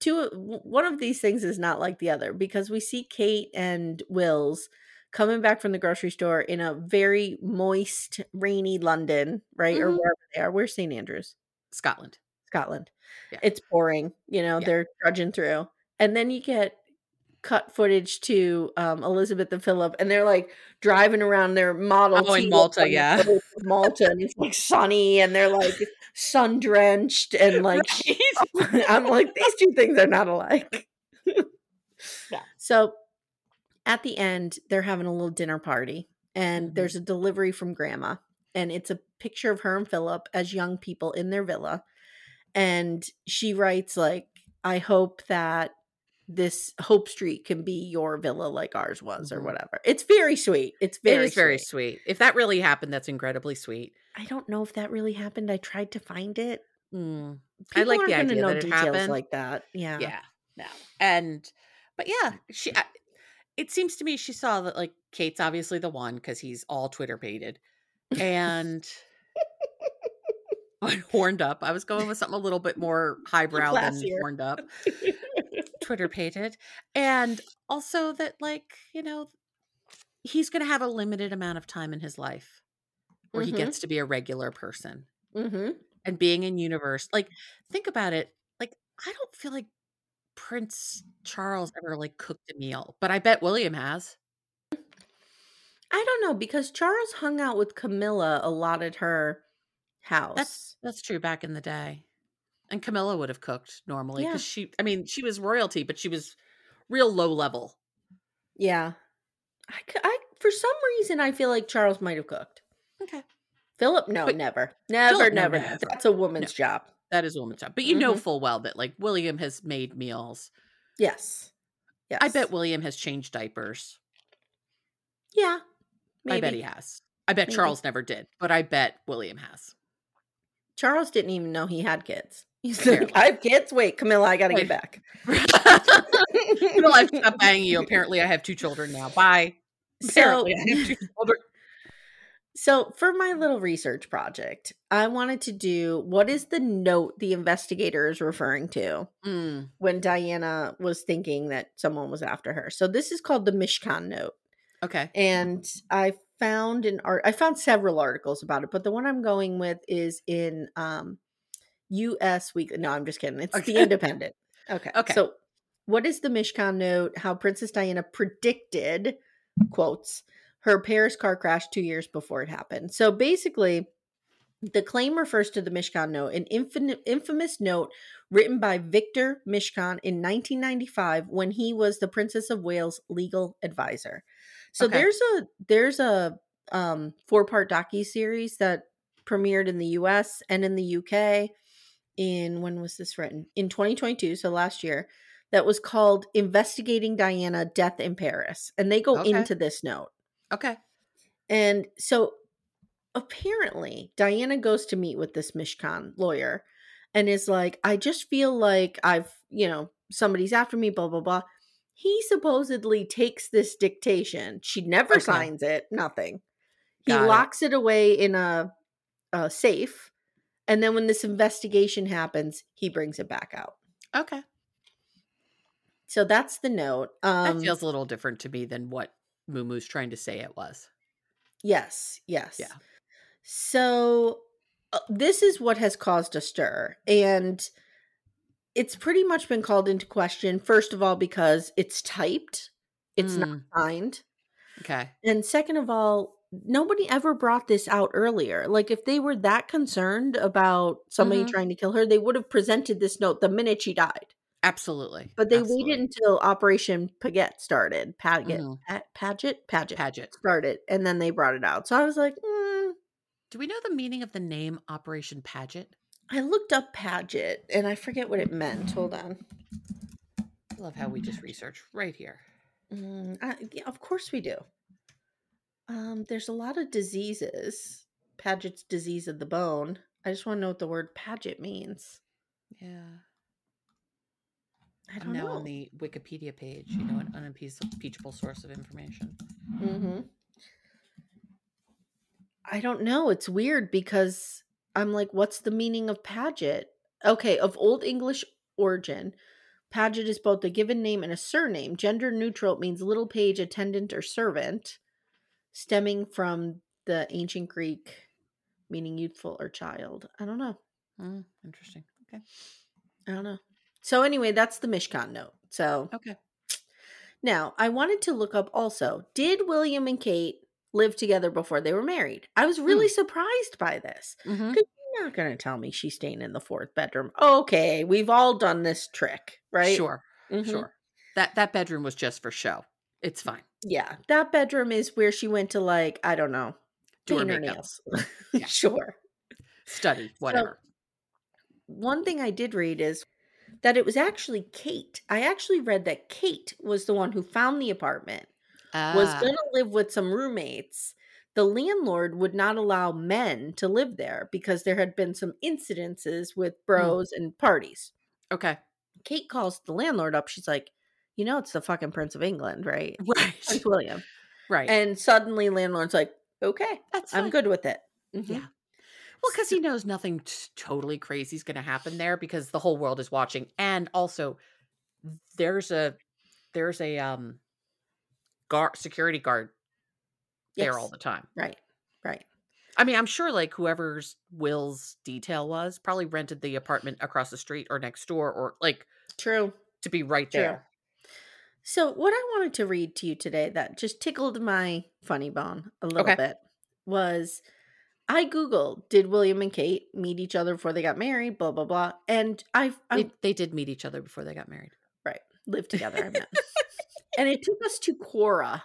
Two o- w- one of these things is not like the other because we see Kate and Will's coming back from the grocery store in a very moist, rainy London, right? Or Mhm. wherever they are. Where's St. Andrews? Scotland. Scotland. Yeah. It's boring, you know, Yeah. they're trudging through. And then you get cut footage to um, Elizabeth and Philip, and they're like driving around their model. Oh, in T Malta, on the yeah. road to Malta, and it's like sunny, and they're like sun drenched, and like *laughs* *laughs* I'm like, these two things are not alike. Yeah. So at the end, they're having a little dinner party, and Mhm. there's a delivery from grandma, and it's a picture of her and Philip as young people in their villa. And she writes, like, I hope that this Hope Street can be your villa like ours was, or Mhm. whatever. It's very sweet. It's very it is very sweet. If that really happened, that's incredibly sweet. I don't know if that really happened. I tried to find it. Mm, I like aren't the gonna idea know that it details happened. like that. yeah. Yeah. no, and but yeah, she. I, it seems to me she saw that like Kate's obviously the one because he's all Twitter baited *laughs* and I horned up. I was going with something a little bit more highbrow than Classier. horned *laughs* up. *laughs* Twitter pated. And also that, like, you know, he's going to have a limited amount of time in his life where Mhm. he gets to be a regular person. Mm-hmm. And being in universe, like, think about it. Like, I don't feel like Prince Charles ever like cooked a meal, but I bet William has. I don't know because Charles hung out with Camilla a lot at her house. That's that's true. Back in the day, and Camilla would have cooked normally Yeah. because she. I mean, she was royalty, but she was real low level. yeah. I, c- I- for some reason I feel like Charles might have cooked. Okay, Philip, no, But- never, never, Philip, no, never, never. That's a woman's job. that is a woman's job, but you know Mhm. full well that like William has made meals. Yes. Yes. I bet William has changed diapers. Yeah. I bet Maybe. he has. I bet Maybe. Charles never did, but I bet William *laughs* has. Charles didn't even know he had kids. He's Fair. like, I have kids. Wait, Camilla, I got to get Wait. *laughs* back. Real life stop banging you. Apparently, I have two children now. Bye. *laughs* so, *laughs* Apparently, *laughs* I have two children. So, for my little research project, I wanted to do what is the note the investigator is referring to Mm, when Diana was thinking that someone was after her. So, this is called the Mishkan note. okay. And I found an art, I found several articles about it, but the one I'm going with is in um, US Weekly. No, I'm just kidding. It's The Okay. *laughs* Independent. Okay. Okay. So, what is the Mishkan note? How Princess Diana predicted, quotes, her Paris car crash two years before it happened. So basically, the claim refers to the Mishkan note, an infin- infamous note written by Victor Mishkan in 1995 when he was the Princess of Wales legal advisor. So Okay. there's a there's a um, four part docu series that premiered in the U.S. and in the U.K. in when was this written in 2022, so last year. That was called "Investigating Diana: Death in Paris," and they go Okay. into this note. Okay. And so apparently Diana goes to meet with this Mishkan lawyer and is like, I just feel like I've, you know, somebody's after me, blah, blah, blah. He supposedly takes this dictation. She never Okay. signs it, nothing. He Got it. locks it. away in a, a safe. And then when this investigation happens, he brings it back out. Okay. So that's the note. Um, that feels a little different to me than what Mumu's trying to say it was. Yes, yes. Yeah. So uh, this is what has caused a stir and it's pretty much been called into question first of all because it's typed, it's not Mm, signed, okay. and second of all nobody ever brought this out earlier. Like if they were that concerned about somebody Mhm. trying to kill her, they would have presented this note the minute she died. Absolutely. But they Absolutely. waited until Operation Paget started. Paget, Mhm. Pa- Paget, Paget Paget. started and then they brought it out. So I was like, mm, Do we know the meaning of the name Operation Paget? I looked up Paget and I forget what it meant. Hold on. I love how we just research right here. Mm, I, yeah, of course we do. Um, there's a lot of diseases. Paget's disease of the bone. I just want to know what the word Paget means. Yeah. I I'm don't now know. on the Wikipedia page, you know, an unimpeachable source of information. hmm I don't know. It's weird because I'm like, what's the meaning of Paget? Okay, of Old English origin, Paget is both a given name and a surname. Gender neutral, it means little page, attendant, or servant, stemming from the ancient Greek meaning youthful or child. I don't know. Mm, interesting. Okay. I don't know. So, anyway, that's the Mishkan note. So, Okay. Now, I wanted to look up also did William and Kate live together before they were married? I was really surprised by this. Mhm. Hmm. You're not going to tell me she's staying in the fourth bedroom. Okay, we've all done this trick, right? Sure. Mhm. Sure. That that bedroom was just for show. It's fine. Yeah, that bedroom is where she went to, like, I don't know, Do her paint her makeup. nails. *laughs* Yeah. sure. Study, whatever. One thing I did read is that it was actually Kate. I actually read that Kate was the one who found the apartment. was Ah, going to live with some roommates, the landlord would not allow men to live there because there had been some incidences Hmm. with bros and parties. okay. Kate calls the landlord up. She's like, "You know, it's the fucking Prince of England, right? Right. *laughs* Prince William." Right. And suddenly, landlord's like, "Okay, That's I'm fine. good with it." Mhm. Yeah. Well, because he knows nothing t- totally crazy is going to happen there because the whole world is watching, and also there's a there's a um guard security guard there all Yes. the time. Right. Right. I mean, I'm sure like whoever's Will's detail was probably rented the apartment across the street or next door or like True. to be right True. there. So, what I wanted to read to you today that just tickled my funny bone a little Okay. bit was I Googled, did William and Kate meet each other before they got married? Blah, blah, blah. And I, I They, they did meet each other before they got married. lived together, I meant. and it took us to Quora.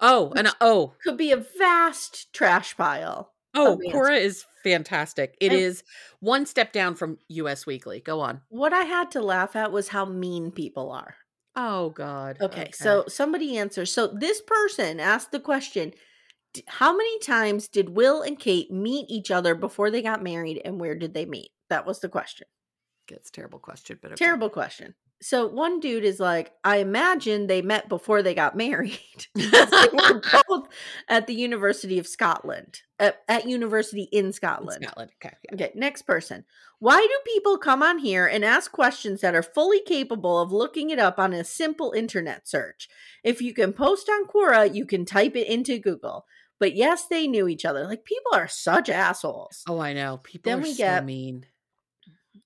Oh, and oh, Could be a vast trash pile. oh, Amazing. Cora is fantastic. It And- is one step down from U.S. Weekly. Go on. What I had to laugh at was how mean people are. Oh God. Okay, so somebody answers. So this person asked the question "D- How many times did Will and Kate meet each other before they got married and where did they meet? That was the question. it's a terrible question, but okay. Terrible question. So one dude is like, I imagine they met before they got *laughs* married. 'Cause they *laughs* were both at the University of Scotland, at, at university in It's Scotland. Scotland. Okay. yeah. Okay, next person. Why do people come on here and ask questions that are fully capable of looking it up on a simple internet search? If you can post on Quora, you can type it into Google. But yes, they knew each other. Like people are such assholes. Oh, I know. People Then are we so get- mean.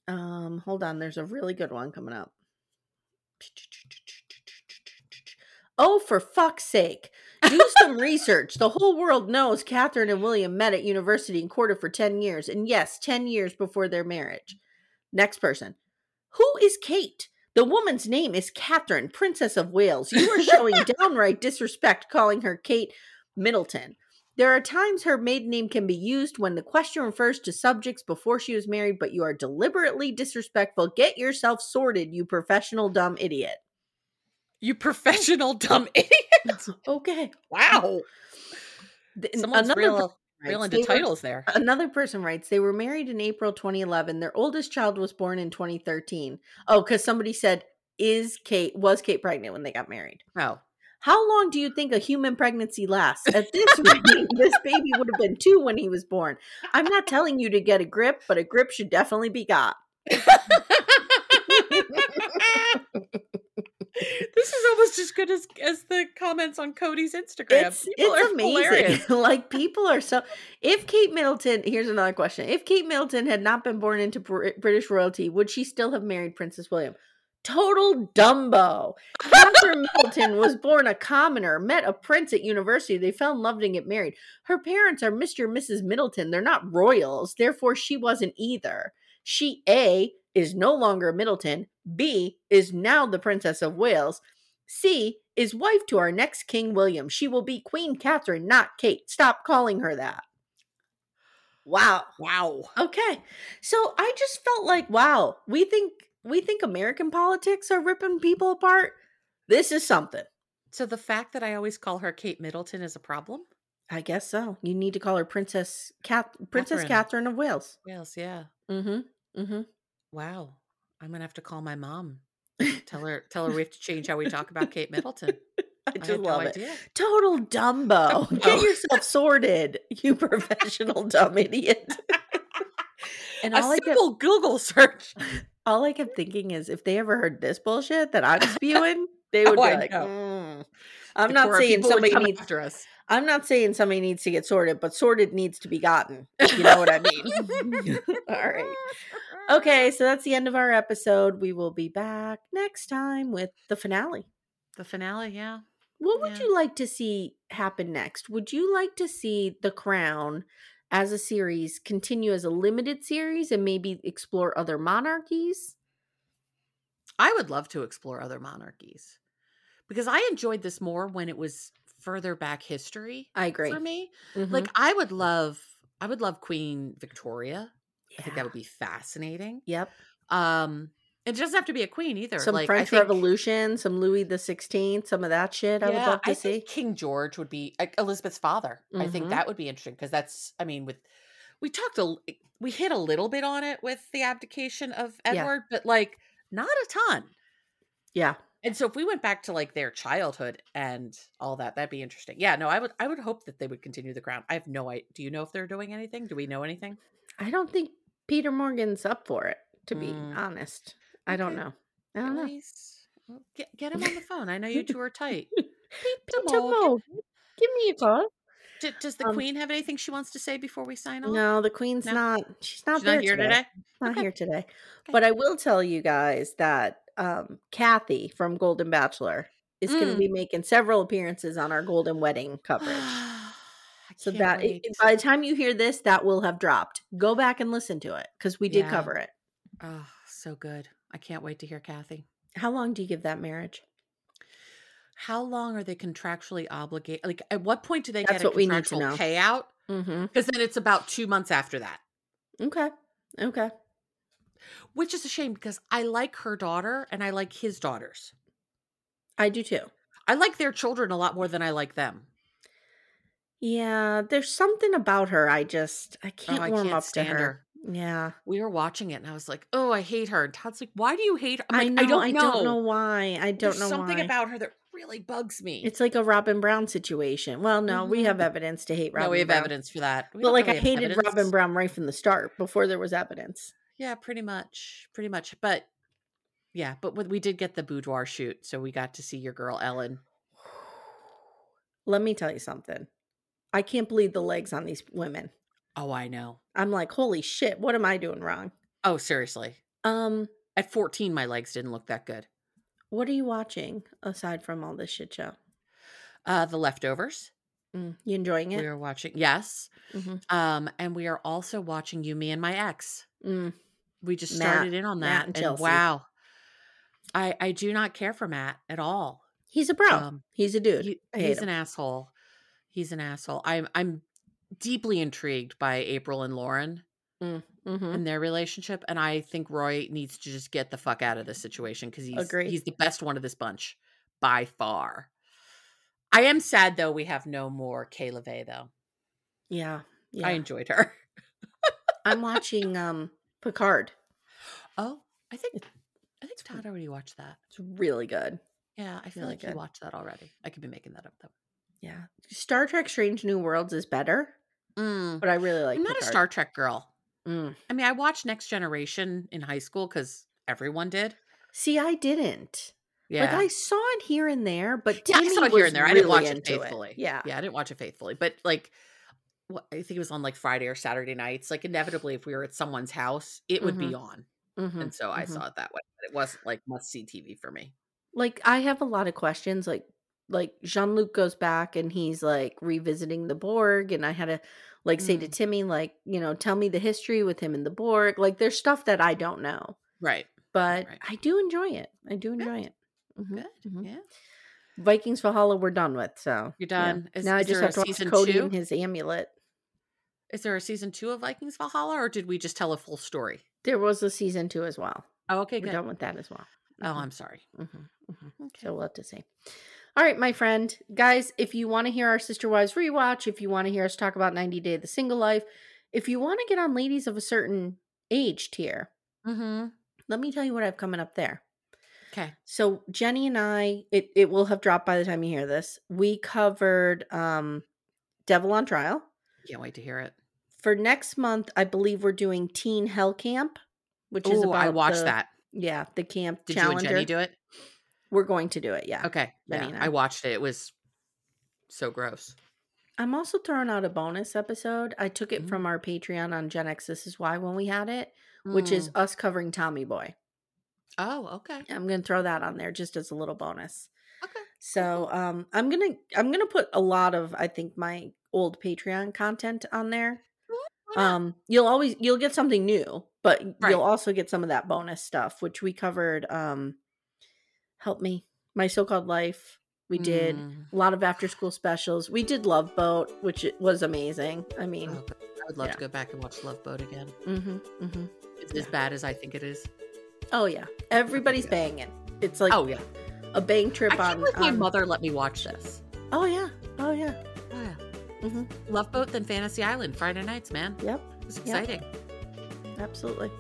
Um, hold on, there's a really good one coming up. Oh, for fuck's sake. Do some research. The whole world knows Catherine and William met at university and courted for 10 years. And yes, 10 years before their marriage. Next person. Who is Kate? The woman's name is Catherine, Princess of Wales. You are showing downright disrespect calling her Kate Middleton. There are times her maiden name can be used when the question refers to subjects before she was married, but you are deliberately disrespectful. Get yourself sorted, you professional dumb idiot. You *laughs* professional dumb *laughs* idiot. Okay. Wow. Th- Someone's another real, person real writes, into they were- titles *laughs* there. Another person writes they were married in April 2011. Their oldest child was born in 2013. Oh, because somebody said is Kate was Kate pregnant when they got married? Oh. How long do you think a human pregnancy lasts? At this *laughs* rate, this baby would have been two when he was born. I'm not telling you to get a grip, but a grip should definitely be got. this is almost as good as as the comments on Cody's Instagram. It's, People it's are amazing. hilarious. *laughs* like people are so. If Kate Middleton, here's another question: If Kate Middleton had not been born into Br- British royalty, would she still have married Princess William? Total Dumbo. *laughs* Catherine Middleton was born a commoner, met a prince at university. They fell in love and get married. Her parents are Mr. and Mrs. Middleton. They're not royals, therefore she wasn't either. She A is no longer a Middleton. B is now the Princess of Wales. C is wife to our next King William. She will be Queen Catherine, not Kate. Stop calling her that. Wow. Wow. Okay. So I just felt like, wow, we think we think American politics are ripping people apart. This is something. So the fact that I always call her Kate Middleton is a problem? I guess so. You need to call her Princess Cat Princess Catherine. Catherine of Wales. Yes, yeah. Mm-hmm. Mm-hmm. Wow. I'm gonna have to call my mom. *laughs* Tell her tell her we have to change how we talk about Kate Middleton. I just had no love it. idea. Total Dumbo. Get Dumbo. yourself sorted, you professional dumb idiot. and *laughs* all a I kept simple Google *laughs* search. all I kept thinking is if they ever heard this bullshit that I'm spewing, they *laughs* would Oh, be I like, know. "Mm." I'm The not poor saying people would somebody come needs after us. I'm not saying somebody needs to get sorted, but sorted needs to be gotten. if You know what I mean? *laughs* *laughs* *laughs* All right. Okay, so that's the end of our episode. We will be back next time with the finale. The finale, yeah. What would Yeah. you like to see happen next? Would you like to see The Crown as a series continue as a limited series and maybe explore other monarchies? I would love to explore other monarchies because I enjoyed this more when it was further back history I agree. for me. Mhm. Like I would love I would love Queen Victoria. I think Yeah. that would be fascinating. Yep. Um it doesn't have to be a queen either. Some like, I French think- Revolution, some Louis the Sixteenth, some of that shit. I would Yeah, love to I see. think King George would be like, Elizabeth's father. I think Mhm. that would be interesting because that's I mean with we talked a l- eh, we hit a little bit on it with the abdication of Yeah. Edward, but like not a ton. yeah, And so if we went back to like their childhood and all that, that'd be interesting. Yeah, no, I would I would hope that they would continue the crown. I have no idea. Do you know if they're doing anything? Do we know anything? I don't think Peter Morgan's up for it. To be Mm. honest, I don't Okay. know. I don't know. Elise, well, Get get him on the phone. I know you two are *laughs* tight. Peter Peter Morgan. Morgan, give me a call. D- does the Um, queen have anything she wants to say before we sign off? No, the Queen's No? not. She's not She's there not here today. today. Not Okay. here today. But I will tell you guys that um, Kathy from Golden Bachelor is going to Mm. be making several appearances on our Golden Wedding *gasps* *sighs* coverage. I So can't that it, wait. it- by the time you hear this, that will have dropped. Go back and listen to it because we did Yeah. cover it. oh, so good. I can't wait to hear Kathy. How long do you give that marriage? How long are they contractually obligated? Like, at what point do they That's get a what we need to contractual know. payout? Mm-hmm. Because then it's about two months after that, Okay. Okay. which is a shame because I like her daughter and I like his daughters. I do too. I like their children a lot more than I like them. Yeah, there's something about her. I just Oh, I can't I warm can't up to stand her. her. Yeah, We were watching it and I was like, oh, I hate her. And Todd's like, why do you hate her? I'm i like, know. I don't know. why. I don't There's know something why. about her that really bugs me. it's like a Robin Brown situation. Well, no, we Mhm. have evidence to hate Robin. no, we have Brown. evidence for that. We but don't like, know I we have hated evidence. Robin Brown right from the start before there was evidence. Yeah, pretty much, pretty much. But yeah, but we we did get the boudoir shoot, so we got to see your girl Ellen. Let me tell you something. I can't believe the legs on these women. Oh, I know. I'm like, holy shit, what am I doing wrong? Oh, seriously. Um, At 14, my legs didn't look that good. what are you watching aside from all this shit show? Uh, the leftovers. Mm, you enjoying We it? are watching. Yes. Mhm. Um, and we are also watching You, Me, and My Ex. Mm, We just Matt- started in on Matt that, and and, Chelsea. wow, I I do not care for Matt at all. he's a bro. Um, he's a dude. He- I hate he's him. an asshole. He's an asshole. I'm I'm deeply intrigued by April and Lauren. Mhm. in their relationship. And I think Roy needs to just get the fuck out of this situation because he's Agree. he's the best one of this bunch by far. I am sad though we have no more Kay LeVay though. Yeah, yeah. I *laughs* enjoyed her. I'm watching um Picard. Oh, I think I think Todd already watched that. It's really good. Yeah, I feel Really like he good. watched that already. I could be making that up though. Yeah, Star Trek: Strange New Worlds is better, Mm. but I really like. I'm not a Picard. Star Trek girl. Mm. I mean, I watched Next Generation in high school because everyone did. See, I didn't. Yeah. Like I saw it here and there, but yeah, Timmy I saw it here was and there. I didn't really watch it into faithfully. Yeah, yeah, I didn't watch it faithfully, but like, what, I think it was on like Friday or Saturday nights. Like inevitably, if we were at someone's house, it would be on, Mhm. and so I mhm. saw it that way. But it wasn't like must see TV for me. Like I have a lot of questions. Like like Jean Luc goes back and he's like revisiting the Borg, and I had to like say to Mm. Timmy, like you know, tell me the history with him and the Borg. Like there's stuff that I don't know, Right. but right. I do enjoy it. I do enjoy it. Mhm, Good. mhm. Yeah. Vikings Valhalla, we're done with. So You're yeah. done. Is- now I is just there have a to watch season Cody two? and his amulet. Is there a season two of Vikings Valhalla, or did we just tell a full story? There was a season two as well. Oh, okay, We're good. done with that as well. Oh, I'm sorry. Mm-hmm. Mm-hmm. So we'll have to see. All right, my friend. Guys, if you want to hear our Sister Wives rewatch, if you want to hear us talk about 90 Day of the Single Life, if you want to get on ladies of a certain age tier, Mm-hmm. let me tell you what I have coming up there. Okay. So Jenny and I, it, it will have dropped by the time you hear this. We covered um Devil on Trial. Can't wait to hear it. For next month, I believe we're doing Teen Hell Camp, which is Ooh, about I watched the- that. Yeah, the camp Did challenger. you and Jenny do it? We're going to do it. Yeah. Okay. Jenny Yeah, and I. I watched it. It was so gross. I'm also throwing out a bonus episode. I took Mm-hmm. it from our Patreon on Gen X. This is why when we had it, which is Mm. us covering Tommy Boy. oh okay I'm gonna throw that on there just as a little bonus. okay So um, I'm gonna I'm gonna put a lot of I think my old Patreon content on there. Why not? Um, you'll always you'll get something new, but Right. you'll also get some of that bonus stuff which we covered. Um, help me, my so-called life. We did Mm. a lot of after-school specials. We did Love Boat, which it was amazing. I mean, Oh, but I would love yeah. to go back and watch Love Boat again. hmm hmm It's as bad as I think it is. oh yeah, everybody's banging. It's like um oh yeah. a bang trip I can't on. believe my on- mother let me watch this. Oh yeah, oh yeah. Yeah. hmm Love Boat then Fantasy Island Friday nights, man. Yep. It's Yep. exciting. Absolutely.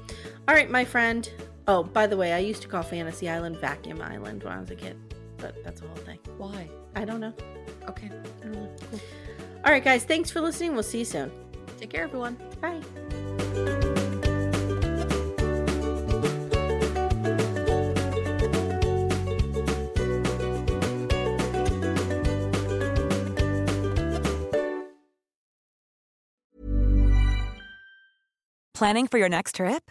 All right, my friend. Oh, by the way, I used to call Fantasy Island Vacuum Island when I was a kid, but that's a whole thing. Why? I don't know. Okay. I don't know. Mm. All right, guys. Thanks for listening. We'll see you soon. Take care, everyone. Bye. Planning for your next trip?